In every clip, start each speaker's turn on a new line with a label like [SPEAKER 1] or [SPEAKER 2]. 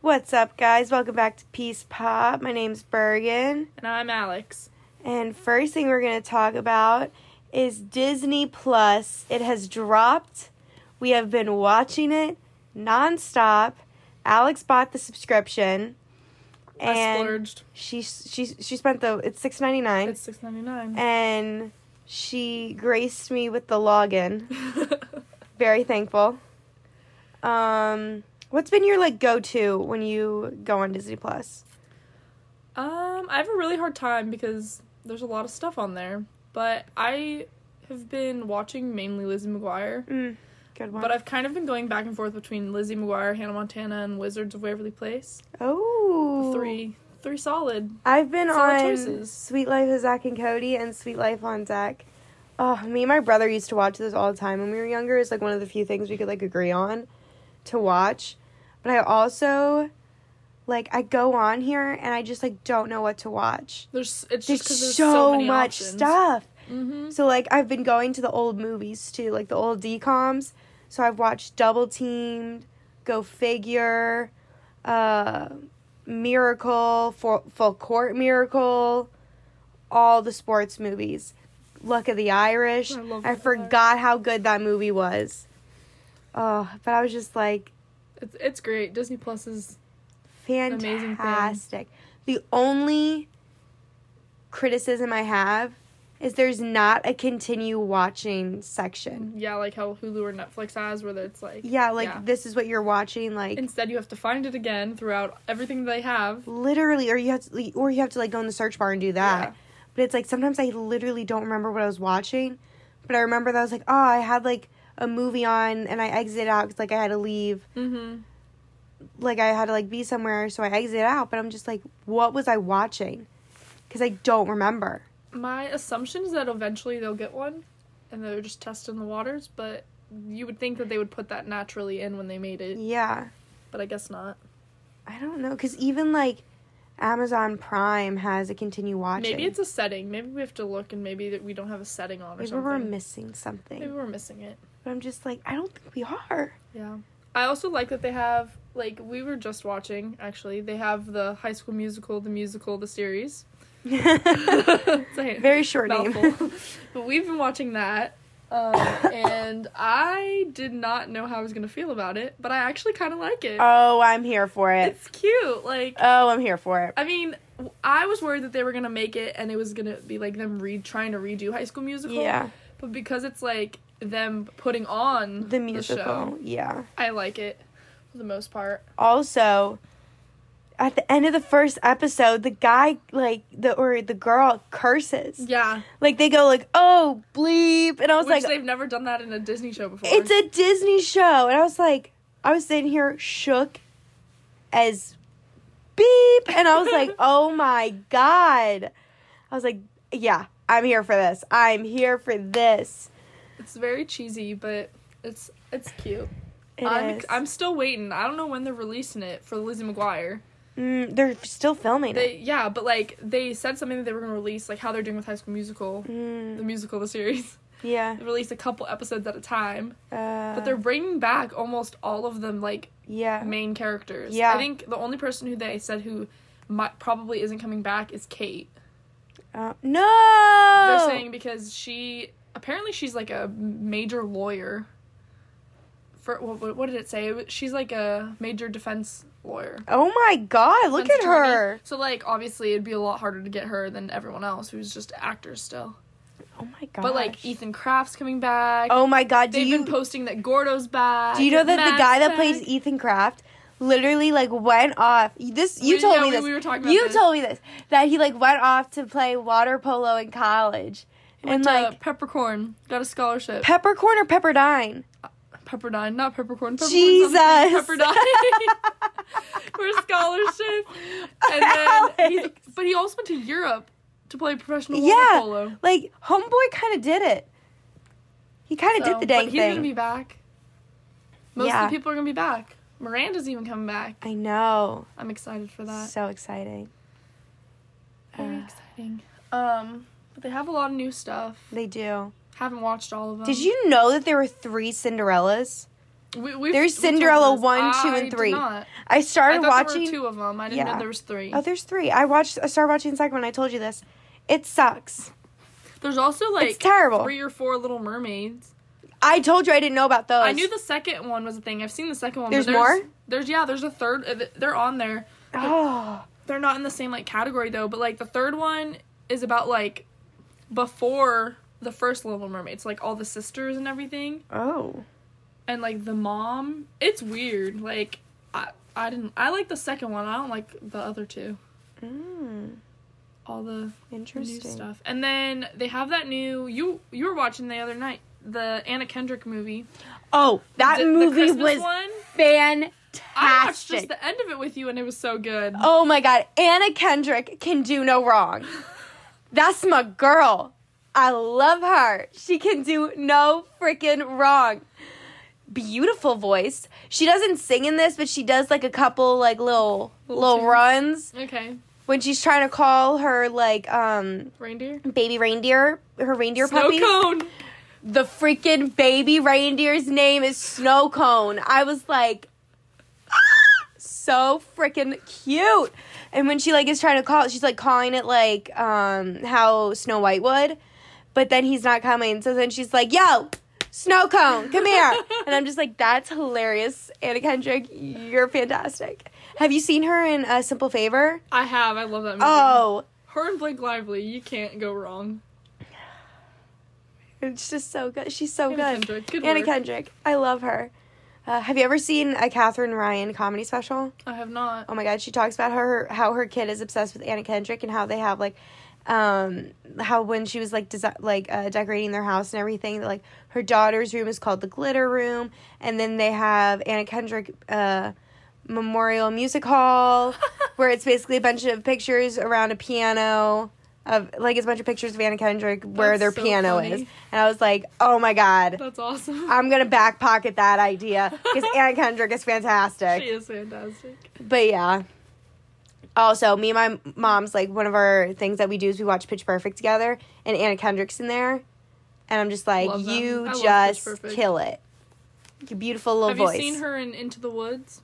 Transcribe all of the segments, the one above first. [SPEAKER 1] What's up, guys? Welcome back to Peace Pop. My name's Bergen.
[SPEAKER 2] And I'm Alex.
[SPEAKER 1] And first thing we're going to talk about is Disney Plus. It has dropped. We have been watching it nonstop. Alex bought the subscription.
[SPEAKER 2] I
[SPEAKER 1] And
[SPEAKER 2] splurged.
[SPEAKER 1] she she she spent the it's six ninety nine
[SPEAKER 2] It's six ninety nine.
[SPEAKER 1] and she graced me with the login. Very thankful. Um what's been your like go to when you go on Disney Plus?
[SPEAKER 2] um, I have a really hard time because there's a lot of stuff on there. But I have been watching mainly Lizzie McGuire.
[SPEAKER 1] Mm, good one.
[SPEAKER 2] But I've kind of been going back and forth between Lizzie McGuire, Hannah Montana, and Wizards of Waverly Place.
[SPEAKER 1] oh
[SPEAKER 2] Three three solid.
[SPEAKER 1] I've been
[SPEAKER 2] Solid
[SPEAKER 1] on
[SPEAKER 2] choices.
[SPEAKER 1] Sweet Life of Zach and Cody and Sweet Life on Zach. Oh, me and my brother used to watch those all the time when we were younger. It's like one of the few things we could like agree on to watch. But I also like I go on here and I just like don't know what to watch.
[SPEAKER 2] There's
[SPEAKER 1] There's
[SPEAKER 2] it's just because there's
[SPEAKER 1] so,
[SPEAKER 2] so, many
[SPEAKER 1] much
[SPEAKER 2] options.
[SPEAKER 1] stuff.
[SPEAKER 2] Mm-hmm.
[SPEAKER 1] So like I've been going to the old movies too, like the old DComs. So I've watched Double Teamed, Go Figure, uh, Miracle, Full, Full Court Miracle, all the sports movies. Luck of the Irish.
[SPEAKER 2] I love
[SPEAKER 1] I
[SPEAKER 2] Luck of the
[SPEAKER 1] forgot how good that movie was. Oh, but I was just like
[SPEAKER 2] It's it's great. Disney Plus is amazing thing.
[SPEAKER 1] fantastic. The only criticism I have is there's not a continue watching section.
[SPEAKER 2] yeah, like how Hulu or Netflix has where it's like
[SPEAKER 1] Yeah, like
[SPEAKER 2] Yeah.
[SPEAKER 1] this is what you're watching, like
[SPEAKER 2] instead you have to find it again throughout everything they have.
[SPEAKER 1] literally, or you have to, or you have to like go in the search bar and do that.
[SPEAKER 2] Yeah.
[SPEAKER 1] But it's like sometimes I literally don't remember what I was watching, but I remember that I was like, oh, I had like a movie on and I exited out because like I had to leave,
[SPEAKER 2] Mm-hmm.
[SPEAKER 1] like I had to like be somewhere, so I exited out. But I'm just like, what was I watching? Because I don't remember.
[SPEAKER 2] My assumption is that eventually they'll get one, and they're just testing the waters. But you would think that they would put that naturally in when they made it,
[SPEAKER 1] Yeah.
[SPEAKER 2] but I guess not.
[SPEAKER 1] I don't know, because even like Amazon Prime has a continue watching.
[SPEAKER 2] Maybe it's a setting. Maybe we have to look, and maybe that we don't have a setting on or
[SPEAKER 1] Maybe
[SPEAKER 2] something.
[SPEAKER 1] we're missing something.
[SPEAKER 2] maybe we're missing it.
[SPEAKER 1] But I'm just like, I don't think we are.
[SPEAKER 2] Yeah. I also like that they have like we were just watching actually. They have the High School Musical, the musical, the series. It's a
[SPEAKER 1] Very short name.
[SPEAKER 2] mouthful. but we've been watching that. Um, and I did not know how I was gonna feel about it, but I actually kind of like it.
[SPEAKER 1] oh, I'm here for it.
[SPEAKER 2] it's cute. Like,
[SPEAKER 1] Oh, I'm here for it.
[SPEAKER 2] I mean, w- I was worried that they were gonna make it, and it was gonna be like them re trying to redo High School Musical.
[SPEAKER 1] Yeah,
[SPEAKER 2] But because it's like them putting on
[SPEAKER 1] the musical.
[SPEAKER 2] show,
[SPEAKER 1] yeah.
[SPEAKER 2] I like it for the most part.
[SPEAKER 1] Also, at the end of the first episode, the guy like the or the girl curses.
[SPEAKER 2] Yeah,
[SPEAKER 1] Like they go like, "Oh, bleep," and I was
[SPEAKER 2] which
[SPEAKER 1] like,
[SPEAKER 2] they've never done that in a Disney show before.
[SPEAKER 1] It's a Disney show. And I was like, I was sitting here shook as beep. And I was like, oh my God. I was like, yeah, I'm here for this. I'm here for this.
[SPEAKER 2] it's very cheesy, but it's it's cute.
[SPEAKER 1] It
[SPEAKER 2] I'm,
[SPEAKER 1] is.
[SPEAKER 2] I'm still waiting. I don't know when they're releasing it for Lizzie McGuire.
[SPEAKER 1] Mm, they're still filming it.
[SPEAKER 2] They yeah, but like they said something that they were gonna release, like how they're doing with High School Musical, the
[SPEAKER 1] Mm,
[SPEAKER 2] musical, the series.
[SPEAKER 1] yeah.
[SPEAKER 2] They release a couple episodes at a time,
[SPEAKER 1] Uh,
[SPEAKER 2] but they're bringing back almost all of them, like
[SPEAKER 1] yeah.
[SPEAKER 2] main characters.
[SPEAKER 1] Yeah.
[SPEAKER 2] I think the only person who they said who might, probably isn't coming back is Kate.
[SPEAKER 1] Uh, no.
[SPEAKER 2] They're saying because she apparently she's like a major lawyer. For what, what did it say? It was- She's like a major defense lawyer.
[SPEAKER 1] oh my God, look at
[SPEAKER 2] defense attorney.
[SPEAKER 1] her.
[SPEAKER 2] So like obviously it'd be a lot harder to get her than everyone else who's just actors still.
[SPEAKER 1] Oh my God.
[SPEAKER 2] But like Ethan Kraft's coming back.
[SPEAKER 1] Oh my God, do
[SPEAKER 2] They've
[SPEAKER 1] you
[SPEAKER 2] been posting that Gordo's back.
[SPEAKER 1] Do you know that the
[SPEAKER 2] Matt's
[SPEAKER 1] guy that
[SPEAKER 2] back.
[SPEAKER 1] plays Ethan Kraft literally like went off? This you
[SPEAKER 2] We-
[SPEAKER 1] told
[SPEAKER 2] yeah,
[SPEAKER 1] me
[SPEAKER 2] we-
[SPEAKER 1] this.
[SPEAKER 2] we were talking about
[SPEAKER 1] you
[SPEAKER 2] this.
[SPEAKER 1] told me this that he like went off to play water polo in college and
[SPEAKER 2] went to
[SPEAKER 1] like
[SPEAKER 2] Peppercorn got a scholarship.
[SPEAKER 1] peppercorn or pepperdine.
[SPEAKER 2] Pepperdine, not Peppercorn. Peppercorn's
[SPEAKER 1] Jesus.
[SPEAKER 2] on the- Pepperdine for a scholarship. And then he's,
[SPEAKER 1] Alex.
[SPEAKER 2] but he also went to Europe to play professional
[SPEAKER 1] Yeah.
[SPEAKER 2] water polo.
[SPEAKER 1] Like homeboy kind of did it. He kind of
[SPEAKER 2] So,
[SPEAKER 1] did the dang
[SPEAKER 2] but he's
[SPEAKER 1] thing.
[SPEAKER 2] gonna be back. Most
[SPEAKER 1] Yeah.
[SPEAKER 2] of the people are gonna be back. Miranda's even coming back.
[SPEAKER 1] I know.
[SPEAKER 2] I'm excited for that.
[SPEAKER 1] So exciting.
[SPEAKER 2] Very
[SPEAKER 1] Uh,
[SPEAKER 2] exciting. Um, but they have a lot of new stuff.
[SPEAKER 1] They do.
[SPEAKER 2] Um, Haven't watched all of them.
[SPEAKER 1] Did you know that there were three Cinderellas?
[SPEAKER 2] We, we've-
[SPEAKER 1] There's
[SPEAKER 2] we told
[SPEAKER 1] Cinderella
[SPEAKER 2] this.
[SPEAKER 1] one, two,
[SPEAKER 2] I
[SPEAKER 1] and
[SPEAKER 2] did
[SPEAKER 1] three.
[SPEAKER 2] not.
[SPEAKER 1] I
[SPEAKER 2] I
[SPEAKER 1] started
[SPEAKER 2] thought
[SPEAKER 1] watching.
[SPEAKER 2] there were two of them. I didn't
[SPEAKER 1] Yeah.
[SPEAKER 2] know there was three.
[SPEAKER 1] Oh, there's three. I watched. I started watching the second one. I told you this. It sucks.
[SPEAKER 2] There's also like
[SPEAKER 1] it's terrible.
[SPEAKER 2] three or four Little Mermaids.
[SPEAKER 1] I told you I didn't know about those.
[SPEAKER 2] I knew the second one was a thing. I've seen the second one. but
[SPEAKER 1] There's more?
[SPEAKER 2] There's yeah. There's a third. uh, th- They're on there.
[SPEAKER 1] Oh,
[SPEAKER 2] They're not in the same like category though. But like the third one is about like before the first Little Mermaid. So like all the sisters and everything,
[SPEAKER 1] oh,
[SPEAKER 2] and like the mom. It's weird. Like I I didn't. I like the second one. I don't like the other two.
[SPEAKER 1] mm,
[SPEAKER 2] All the new
[SPEAKER 1] interesting.
[SPEAKER 2] stuff. And then they have that new you you were watching the other night the Anna Kendrick movie.
[SPEAKER 1] Oh, that
[SPEAKER 2] The- the
[SPEAKER 1] movie
[SPEAKER 2] Christmas
[SPEAKER 1] was
[SPEAKER 2] one.
[SPEAKER 1] fantastic.
[SPEAKER 2] I watched just the end of it with you and it was so good.
[SPEAKER 1] oh my god, Anna Kendrick can do no wrong. That's my girl. I love her. She can do no freaking wrong. Beautiful voice. She doesn't sing in this, but she does like a couple like little
[SPEAKER 2] Little
[SPEAKER 1] little
[SPEAKER 2] tunes.
[SPEAKER 1] runs.
[SPEAKER 2] Okay,
[SPEAKER 1] when she's trying to call her like um
[SPEAKER 2] reindeer.
[SPEAKER 1] baby reindeer her reindeer
[SPEAKER 2] Snow
[SPEAKER 1] puppy
[SPEAKER 2] cone.
[SPEAKER 1] the freaking baby reindeer's name is snow cone i was like "Ah!" so freaking cute and when she like is trying to call she's like calling it like um how snow white would but then he's not coming so then she's like yo snow cone come here and i'm just like that's hilarious anna kendrick you're fantastic have you seen her in a simple favor
[SPEAKER 2] I have. I love that movie.
[SPEAKER 1] oh
[SPEAKER 2] Her and Blake Lively. You can't go wrong.
[SPEAKER 1] It's just so good. She's so
[SPEAKER 2] Anna
[SPEAKER 1] Oh, good.
[SPEAKER 2] Kendrick. Good
[SPEAKER 1] Anna
[SPEAKER 2] work.
[SPEAKER 1] Kendrick. I love her. Uh, have you ever seen a Katherine Ryan comedy special?
[SPEAKER 2] I have not.
[SPEAKER 1] Oh my god, she talks about her how her kid is obsessed with Anna Kendrick and how they have like um how when she was like desi- like uh, decorating their house and everything like her daughter's room is called the glitter room and then they have Anna Kendrick uh Memorial Music Hall where it's basically a bunch of pictures around a piano of like it's a bunch of pictures of Anna Kendrick where
[SPEAKER 2] That's
[SPEAKER 1] their
[SPEAKER 2] so
[SPEAKER 1] piano
[SPEAKER 2] funny.
[SPEAKER 1] is and I was like oh my god
[SPEAKER 2] That's awesome.
[SPEAKER 1] I'm gonna back pocket that idea because Anna Kendrick is fantastic
[SPEAKER 2] she is fantastic.
[SPEAKER 1] but yeah. Also, me and my mom's like one of our things that we do is we watch Pitch Perfect together, and Anna Kendrick's in there, and I'm just like,
[SPEAKER 2] Love them. I
[SPEAKER 1] you
[SPEAKER 2] love Pitch
[SPEAKER 1] just
[SPEAKER 2] Perfect.
[SPEAKER 1] kill it. Your beautiful little
[SPEAKER 2] have
[SPEAKER 1] voice.
[SPEAKER 2] you seen her in Into the Woods?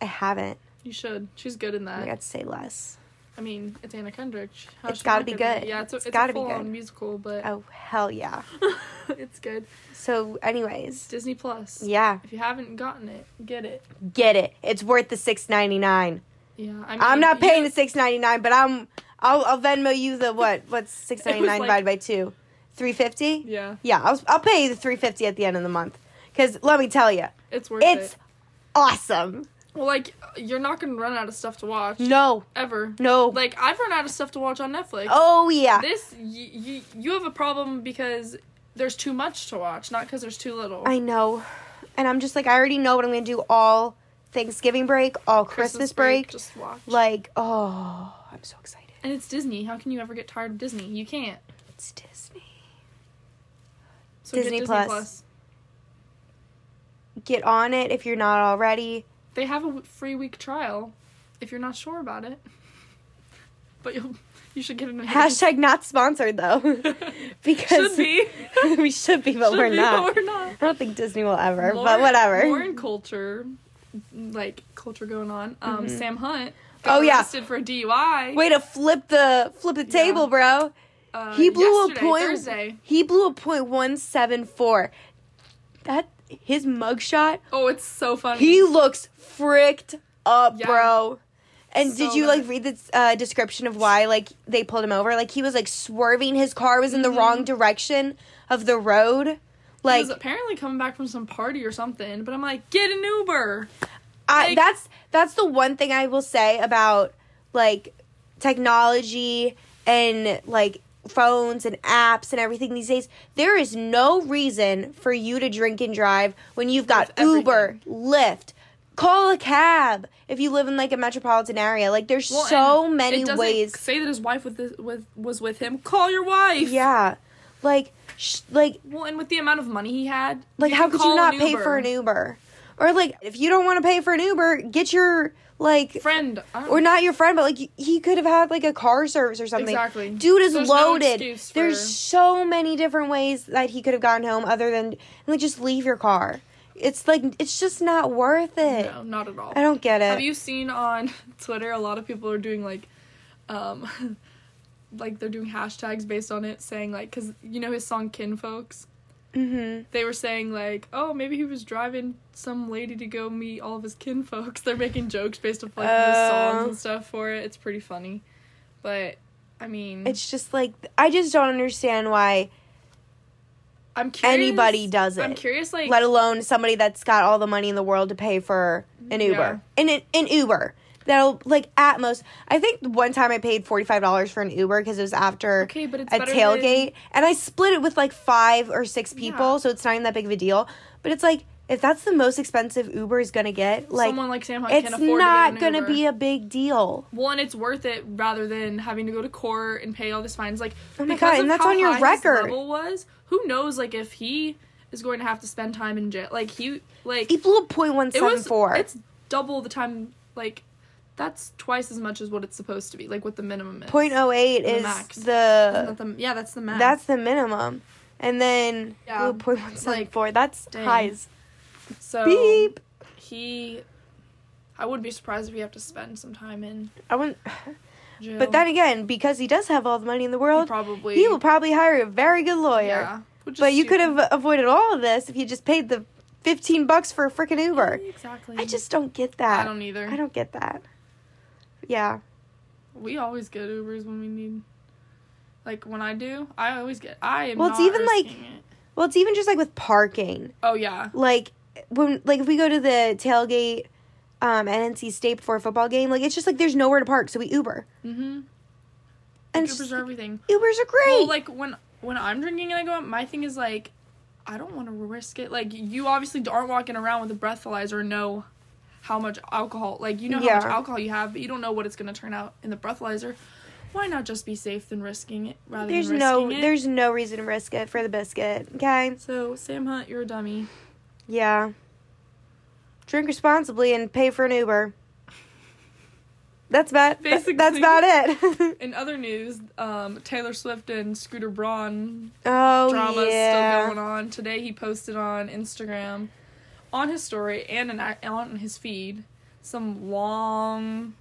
[SPEAKER 1] I haven't.
[SPEAKER 2] You should. She's good in
[SPEAKER 1] I
[SPEAKER 2] that.
[SPEAKER 1] got to say less.
[SPEAKER 2] I mean, it's Anna Kendrick. She- How
[SPEAKER 1] It's
[SPEAKER 2] she
[SPEAKER 1] gotta
[SPEAKER 2] not
[SPEAKER 1] be
[SPEAKER 2] gonna
[SPEAKER 1] good.
[SPEAKER 2] Yeah, it's, a,
[SPEAKER 1] It's
[SPEAKER 2] it's
[SPEAKER 1] gotta
[SPEAKER 2] a
[SPEAKER 1] be
[SPEAKER 2] full
[SPEAKER 1] good.
[SPEAKER 2] on musical, but
[SPEAKER 1] Oh hell yeah.
[SPEAKER 2] it's good.
[SPEAKER 1] So, anyways,
[SPEAKER 2] Disney Plus.
[SPEAKER 1] yeah,
[SPEAKER 2] If you haven't gotten it, get it.
[SPEAKER 1] get it. It's worth the six ninety nine.
[SPEAKER 2] Yeah, I mean,
[SPEAKER 1] I'm not
[SPEAKER 2] you-
[SPEAKER 1] paying the six ninety nine, but I'm I'll, I'll Venmo you the what? What's six ninety nine
[SPEAKER 2] like-
[SPEAKER 1] divided by two? Three fifty.
[SPEAKER 2] Yeah,
[SPEAKER 1] Yeah, I'll, I'll pay you the 350 at the end of the month. Because let me tell you,
[SPEAKER 2] it's worth
[SPEAKER 1] it's
[SPEAKER 2] it.
[SPEAKER 1] awesome.
[SPEAKER 2] Well, like you're not gonna run out of stuff to watch
[SPEAKER 1] No,
[SPEAKER 2] ever.
[SPEAKER 1] no.
[SPEAKER 2] Like I've run out of stuff to watch on Netflix.
[SPEAKER 1] oh, yeah.
[SPEAKER 2] This you you you have a problem because there's too much to watch, not because there's too little.
[SPEAKER 1] I know. And I'm just like, I already know what I'm going to do all Thanksgiving break, all Christmas, break.
[SPEAKER 2] just watch.
[SPEAKER 1] Like, oh, I'm so excited.
[SPEAKER 2] and it's Disney. How can you ever get tired of Disney? You can't.
[SPEAKER 1] It's Disney.
[SPEAKER 2] So get
[SPEAKER 1] Disney Plus. Get on it if you're not already.
[SPEAKER 2] They have a w- free week trial. If you're not sure about it, but you will you should get an
[SPEAKER 1] Hashtag not sponsored, though. because
[SPEAKER 2] should be
[SPEAKER 1] we should be, but
[SPEAKER 2] Should
[SPEAKER 1] we're
[SPEAKER 2] be,
[SPEAKER 1] not.
[SPEAKER 2] But we're not.
[SPEAKER 1] I don't think Disney will ever, but
[SPEAKER 2] Lauren-
[SPEAKER 1] whatever.
[SPEAKER 2] Lauren culture, like culture going on. Um,
[SPEAKER 1] Mhm.
[SPEAKER 2] Sam Hunt.
[SPEAKER 1] Oh, yeah.
[SPEAKER 2] arrested for DUI.
[SPEAKER 1] Way to flip the flip the
[SPEAKER 2] Yeah.
[SPEAKER 1] table, bro.
[SPEAKER 2] uh,
[SPEAKER 1] he blew a
[SPEAKER 2] yesterday,
[SPEAKER 1] point.
[SPEAKER 2] Thursday.
[SPEAKER 1] He blew a point one seven four. That his mugshot.
[SPEAKER 2] Oh, it's so funny.
[SPEAKER 1] He looks fricked up,
[SPEAKER 2] Yeah.
[SPEAKER 1] bro. And
[SPEAKER 2] So
[SPEAKER 1] did you like
[SPEAKER 2] good.
[SPEAKER 1] read the uh, description of why like they pulled him over? Like he was like swerving. His car was in the
[SPEAKER 2] Mhm.
[SPEAKER 1] wrong direction of the road.
[SPEAKER 2] He
[SPEAKER 1] Like
[SPEAKER 2] was apparently coming back from some party or something. But I'm like, get an Uber.
[SPEAKER 1] I
[SPEAKER 2] Like-
[SPEAKER 1] that's that's the one thing I will say about like technology and like phones and apps and everything these days. There is no reason for you to drink and drive when you've got
[SPEAKER 2] With
[SPEAKER 1] Uber, Lyft, call a cab if you live in like a metropolitan area. Like there's
[SPEAKER 2] Well,
[SPEAKER 1] so
[SPEAKER 2] and
[SPEAKER 1] many
[SPEAKER 2] it doesn't
[SPEAKER 1] ways.
[SPEAKER 2] Say that his wife with this, with was with him. Call your wife.
[SPEAKER 1] Yeah. Like sh- like
[SPEAKER 2] Well, and with the amount of money he had,
[SPEAKER 1] Like, how
[SPEAKER 2] can
[SPEAKER 1] could
[SPEAKER 2] call
[SPEAKER 1] you not
[SPEAKER 2] an
[SPEAKER 1] pay
[SPEAKER 2] Uber.
[SPEAKER 1] for an Uber? Or like, if you don't want to pay for an Uber, get your like,
[SPEAKER 2] friend? I don't-
[SPEAKER 1] or not your friend, but like y- he could have had like a car service or something.
[SPEAKER 2] Exactly.
[SPEAKER 1] Dude is
[SPEAKER 2] There's no
[SPEAKER 1] loaded.
[SPEAKER 2] excuse for-
[SPEAKER 1] There's so many different ways that he could have gotten home other than and, like just leave your car. It's like it's just not worth it.
[SPEAKER 2] No, not at all.
[SPEAKER 1] I don't get it.
[SPEAKER 2] Have you seen on Twitter a lot of people are doing like um like they're doing hashtags based on it saying like cuz you know his song Kinfolks?
[SPEAKER 1] mm-hmm.
[SPEAKER 2] They were saying like, "Oh, maybe he was driving some lady to go meet all of his kinfolks." They're making jokes based off like his songs
[SPEAKER 1] Oh.
[SPEAKER 2] and stuff for it. It's pretty funny. But I mean,
[SPEAKER 1] It's just like I just don't understand why,
[SPEAKER 2] I'm curious
[SPEAKER 1] anybody does
[SPEAKER 2] I'm
[SPEAKER 1] it.
[SPEAKER 2] curious like
[SPEAKER 1] let alone somebody that's got all the money in the world to pay for an Uber. And an, an Uber. That'll like at most I think one time I paid forty five dollars for an Uber because it was after
[SPEAKER 2] Okay, but it's
[SPEAKER 1] a
[SPEAKER 2] better
[SPEAKER 1] tailgate.
[SPEAKER 2] than-
[SPEAKER 1] and I split it with like five or six people,
[SPEAKER 2] Yeah.
[SPEAKER 1] so it's not even that big of a deal. But it's like if that's the most expensive Uber is gonna get, like
[SPEAKER 2] someone like Sam Hunt can
[SPEAKER 1] it's
[SPEAKER 2] afford to
[SPEAKER 1] not
[SPEAKER 2] get an
[SPEAKER 1] gonna
[SPEAKER 2] Uber.
[SPEAKER 1] be a big deal.
[SPEAKER 2] well, and it's worth it rather than having to go to court and pay all these fines. Like,
[SPEAKER 1] Oh my God,
[SPEAKER 2] of
[SPEAKER 1] and that's
[SPEAKER 2] how
[SPEAKER 1] on your
[SPEAKER 2] high his
[SPEAKER 1] record.
[SPEAKER 2] level was who knows? Like, if he is going to have to spend time in jail, like he, like
[SPEAKER 1] He blew a point one
[SPEAKER 2] it
[SPEAKER 1] seven
[SPEAKER 2] was,
[SPEAKER 1] four.
[SPEAKER 2] it's double the time. Like, that's twice as much as what it's supposed to be. Like, what the minimum is.
[SPEAKER 1] Point oh eight is
[SPEAKER 2] max. Isn't
[SPEAKER 1] the
[SPEAKER 2] that the- yeah, that's the max.
[SPEAKER 1] That's the minimum. And then
[SPEAKER 2] Yeah,
[SPEAKER 1] ooh, 0.174.
[SPEAKER 2] like,
[SPEAKER 1] that's
[SPEAKER 2] dang.
[SPEAKER 1] high as
[SPEAKER 2] so
[SPEAKER 1] beep.
[SPEAKER 2] he. I would be surprised if we have to spend some time in
[SPEAKER 1] I wouldn't.
[SPEAKER 2] jail.
[SPEAKER 1] But then again, because he does have all the money in the
[SPEAKER 2] He
[SPEAKER 1] world,
[SPEAKER 2] probably
[SPEAKER 1] he will probably hire a very good lawyer.
[SPEAKER 2] yeah. which is
[SPEAKER 1] But you could
[SPEAKER 2] stupid.
[SPEAKER 1] have avoided all of this if you just paid the fifteen bucks for a freaking Uber.
[SPEAKER 2] Exactly.
[SPEAKER 1] I just don't get that.
[SPEAKER 2] I don't either.
[SPEAKER 1] I don't get that. Yeah.
[SPEAKER 2] We always get Ubers when we need. Like when I do, I always get. I am.
[SPEAKER 1] Well, it's
[SPEAKER 2] not
[SPEAKER 1] even, like-
[SPEAKER 2] risking it.
[SPEAKER 1] Well, it's even just like with parking.
[SPEAKER 2] Oh yeah.
[SPEAKER 1] Like when like if we go to the tailgate um at NC State before a football game, like it's just like there's nowhere to park, so we Uber.
[SPEAKER 2] Mm-hmm.
[SPEAKER 1] And it's
[SPEAKER 2] Ubers
[SPEAKER 1] just
[SPEAKER 2] are
[SPEAKER 1] like,
[SPEAKER 2] everything.
[SPEAKER 1] Ubers are great.
[SPEAKER 2] Well, like when when I'm drinking and I go out, my thing is like, I don't want to risk it. Like you obviously aren't walking around with a breathalyzer. and Know how much alcohol? Like you know how much
[SPEAKER 1] Yeah.
[SPEAKER 2] alcohol you have, but you don't know what it's gonna turn out in the breathalyzer. Why not just be safe than risking it rather
[SPEAKER 1] There's
[SPEAKER 2] than risking
[SPEAKER 1] no
[SPEAKER 2] it?
[SPEAKER 1] there's no reason to risk it for the biscuit. Okay?
[SPEAKER 2] so Sam Hunt, you're a dummy.
[SPEAKER 1] Yeah. Drink responsibly and pay for an Uber. That's about
[SPEAKER 2] Basically.
[SPEAKER 1] that's about it.
[SPEAKER 2] In other news, um, Taylor Swift and Scooter Braun
[SPEAKER 1] oh
[SPEAKER 2] drama is
[SPEAKER 1] yeah.
[SPEAKER 2] still going on. Today he posted on Instagram, on his story and an, on his feed, some long,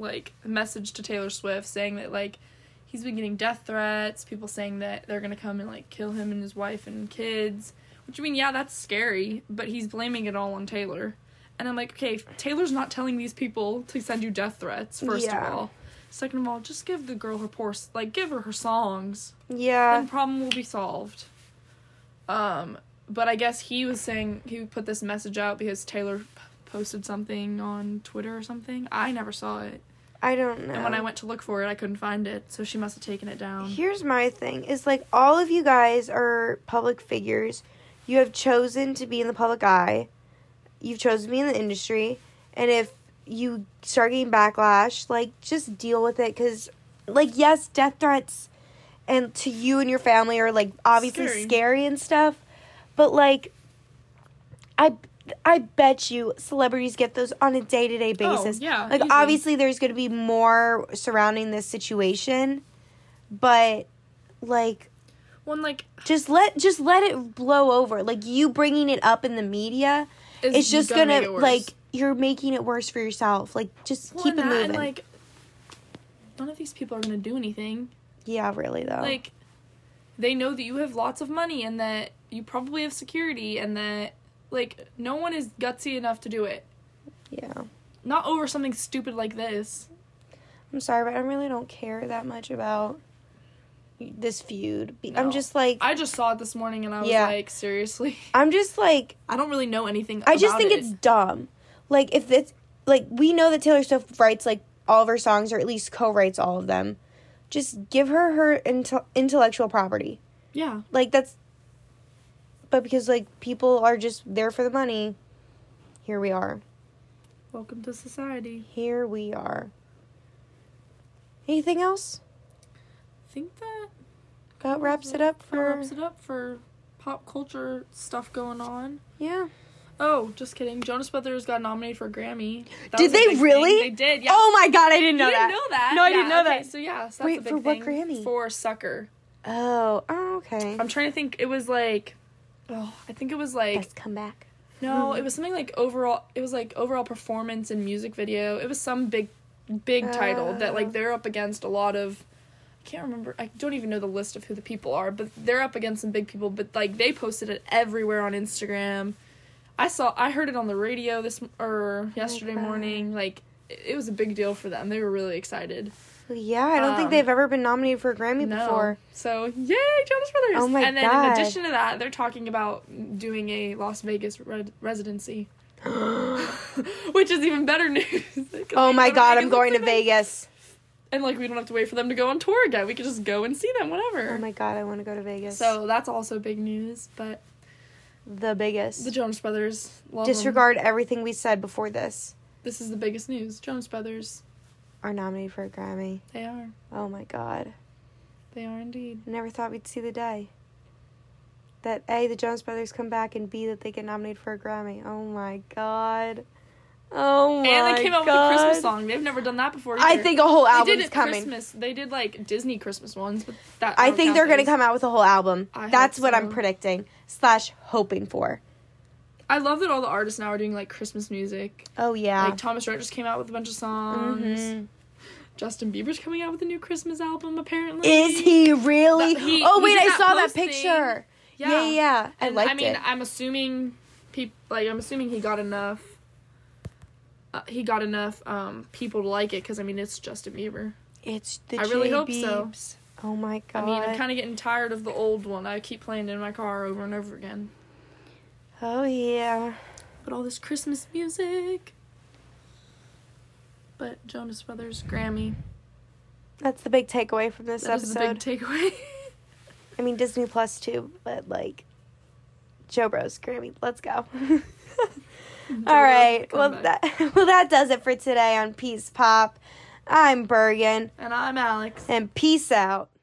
[SPEAKER 2] like message to Taylor Swift saying that like he's been getting death threats. People saying that they're gonna come and like kill him and his wife and kids. Which I mean, yeah, that's scary. But he's blaming it all on Taylor. And I'm like, okay, if Taylor's not telling these people to send you death threats. First
[SPEAKER 1] Yeah.
[SPEAKER 2] of all, second of all, just give the girl her poor, s- like give her her songs
[SPEAKER 1] Yeah.
[SPEAKER 2] then problem will be solved. Um, but I guess he was saying he put this message out because Taylor p- posted something on Twitter or something. I never saw it,
[SPEAKER 1] I don't know.
[SPEAKER 2] and when I went to look for it, I couldn't find it. So she must have taken it down.
[SPEAKER 1] Here's my thing is like all of you guys are public figures. You have chosen to be in the public eye. You've chosen to be in the industry. And if you start getting backlash, like just deal with it cuz like yes, death threats and to you and your family are like obviously
[SPEAKER 2] Scary.
[SPEAKER 1] scary, and stuff. But like I I bet you celebrities get those on a day-to-day
[SPEAKER 2] Oh,
[SPEAKER 1] basis.
[SPEAKER 2] yeah,
[SPEAKER 1] Like
[SPEAKER 2] easy.
[SPEAKER 1] obviously there's going to be more surrounding this situation, but like
[SPEAKER 2] One like
[SPEAKER 1] just let just let it blow over. Like you bringing it up in the media,
[SPEAKER 2] is
[SPEAKER 1] it's just
[SPEAKER 2] gonna
[SPEAKER 1] gonna,
[SPEAKER 2] make it worse.
[SPEAKER 1] like you're making it worse for yourself. Like just
[SPEAKER 2] Well,
[SPEAKER 1] keep
[SPEAKER 2] and
[SPEAKER 1] it
[SPEAKER 2] that,
[SPEAKER 1] moving.
[SPEAKER 2] And, like none of these people are gonna do anything.
[SPEAKER 1] yeah, really though.
[SPEAKER 2] Like they know that you have lots of money and that you probably have security and that like no one is gutsy enough to do it.
[SPEAKER 1] yeah,
[SPEAKER 2] Not over something stupid like this.
[SPEAKER 1] I'm sorry, but I really don't care that much about this feud. Be- I'm
[SPEAKER 2] No.
[SPEAKER 1] just like
[SPEAKER 2] I just saw it this morning and I was
[SPEAKER 1] Yeah.
[SPEAKER 2] like, seriously?
[SPEAKER 1] I'm just like
[SPEAKER 2] I don't really know anything.
[SPEAKER 1] I just
[SPEAKER 2] about
[SPEAKER 1] think
[SPEAKER 2] it.
[SPEAKER 1] it's dumb. Like if it's like we know that Taylor Swift writes like all of her songs or at least co-writes all of them. Just give her her inte- intellectual property.
[SPEAKER 2] yeah.
[SPEAKER 1] Like that's but because like people are just there for the money. Here we are.
[SPEAKER 2] Welcome to society.
[SPEAKER 1] Here we are. Anything else?
[SPEAKER 2] I think that
[SPEAKER 1] That wraps it up
[SPEAKER 2] that
[SPEAKER 1] for
[SPEAKER 2] wraps it up for pop culture stuff going on.
[SPEAKER 1] Yeah.
[SPEAKER 2] Oh, just kidding. Jonas Brothers got nominated for a Grammy. That
[SPEAKER 1] Did
[SPEAKER 2] was a
[SPEAKER 1] they
[SPEAKER 2] big thing.
[SPEAKER 1] really?
[SPEAKER 2] They did. Yeah.
[SPEAKER 1] Oh my god, I didn't
[SPEAKER 2] you
[SPEAKER 1] know
[SPEAKER 2] didn't
[SPEAKER 1] that.
[SPEAKER 2] know that?
[SPEAKER 1] No, I
[SPEAKER 2] Yeah,
[SPEAKER 1] didn't know
[SPEAKER 2] okay,
[SPEAKER 1] that.
[SPEAKER 2] So yeah, so that's
[SPEAKER 1] Wait,
[SPEAKER 2] a big
[SPEAKER 1] for what
[SPEAKER 2] thing
[SPEAKER 1] Grammy?
[SPEAKER 2] For Sucker.
[SPEAKER 1] Oh, oh okay.
[SPEAKER 2] I'm trying to think. It was like, oh, I think it was like
[SPEAKER 1] Best comeback.
[SPEAKER 2] No, it was something like overall. It was like overall performance and music video. It was some big, big title that
[SPEAKER 1] Oh.
[SPEAKER 2] like they're up against a lot of. I can't remember. I don't even know the list of who the people are, but they're up against some big people. But like they posted it everywhere on Instagram. I saw. I heard it on the radio this m- or yesterday
[SPEAKER 1] God.
[SPEAKER 2] morning. Like it it was a big deal for them. They were really excited.
[SPEAKER 1] Yeah, I don't think
[SPEAKER 2] Um,
[SPEAKER 1] they've ever been nominated for a Grammy before.
[SPEAKER 2] So yay, Jonas Brothers!
[SPEAKER 1] Oh my
[SPEAKER 2] and then
[SPEAKER 1] God.
[SPEAKER 2] in addition to that, they're talking about doing a Las Vegas re- residency, which is even better news. 'Cause we
[SPEAKER 1] Oh
[SPEAKER 2] go
[SPEAKER 1] my
[SPEAKER 2] to
[SPEAKER 1] god, I'm
[SPEAKER 2] Vegas
[SPEAKER 1] going to
[SPEAKER 2] with them.
[SPEAKER 1] Vegas.
[SPEAKER 2] and like we don't have to wait for them to go on tour again. We could just go and see them
[SPEAKER 1] Oh
[SPEAKER 2] whenever.
[SPEAKER 1] my god, I want to go to Vegas.
[SPEAKER 2] so that's also big news. But
[SPEAKER 1] the biggest.
[SPEAKER 2] the Jonas Brothers love 'em.
[SPEAKER 1] Disregard everything we said before this.
[SPEAKER 2] This is the biggest news. Jonas Brothers,
[SPEAKER 1] Are nominated for a Grammy.
[SPEAKER 2] they are,
[SPEAKER 1] Oh my god.
[SPEAKER 2] they are indeed.
[SPEAKER 1] Never thought we'd see the day. That A, the Jonas Brothers come back, and B, that they get nominated for a Grammy. Oh my god. Oh my god.
[SPEAKER 2] and they came out with a Christmas song. They've never done that before. Either.
[SPEAKER 1] I think a whole
[SPEAKER 2] they
[SPEAKER 1] album's
[SPEAKER 2] did it
[SPEAKER 1] coming.
[SPEAKER 2] Christmas. They did like Disney Christmas ones, but that
[SPEAKER 1] I
[SPEAKER 2] don't
[SPEAKER 1] think
[SPEAKER 2] count
[SPEAKER 1] they're going
[SPEAKER 2] as-
[SPEAKER 1] to come out with a whole album.
[SPEAKER 2] I hope
[SPEAKER 1] That's what I'm
[SPEAKER 2] so.
[SPEAKER 1] predicting, slash, hoping for.
[SPEAKER 2] I love that all the artists now are doing like Christmas music.
[SPEAKER 1] Oh, yeah.
[SPEAKER 2] Like Thomas Rhett just came out with a bunch of songs.
[SPEAKER 1] Mhm.
[SPEAKER 2] Justin Bieber's coming out with a new Christmas album apparently.
[SPEAKER 1] Is he really?
[SPEAKER 2] That- he-
[SPEAKER 1] oh
[SPEAKER 2] he
[SPEAKER 1] wait,
[SPEAKER 2] did
[SPEAKER 1] I
[SPEAKER 2] that
[SPEAKER 1] saw that
[SPEAKER 2] posting.
[SPEAKER 1] picture. Yeah, yeah, yeah. I
[SPEAKER 2] And,
[SPEAKER 1] liked
[SPEAKER 2] I mean,
[SPEAKER 1] it.
[SPEAKER 2] I'm assuming people like I'm assuming he got enough. Uh, he got enough um, people to like it because I mean it's Justin Bieber.
[SPEAKER 1] It's the
[SPEAKER 2] I really hope
[SPEAKER 1] J-Beebs.
[SPEAKER 2] so.
[SPEAKER 1] Oh my god.
[SPEAKER 2] I mean I'm kind of getting tired of the old one. I keep playing it in my car over and over again.
[SPEAKER 1] oh yeah.
[SPEAKER 2] But all this Christmas music. But Jonas Brothers Grammy.
[SPEAKER 1] That's the big takeaway from this
[SPEAKER 2] That was
[SPEAKER 1] episode.
[SPEAKER 2] the big takeaway.
[SPEAKER 1] I mean Disney Plus too, but like Joe Bros Grammy. Let's go. All right. Well that well that does it for today on Peace Pop. I'm Bergen
[SPEAKER 2] And I'm Alex.
[SPEAKER 1] and peace out.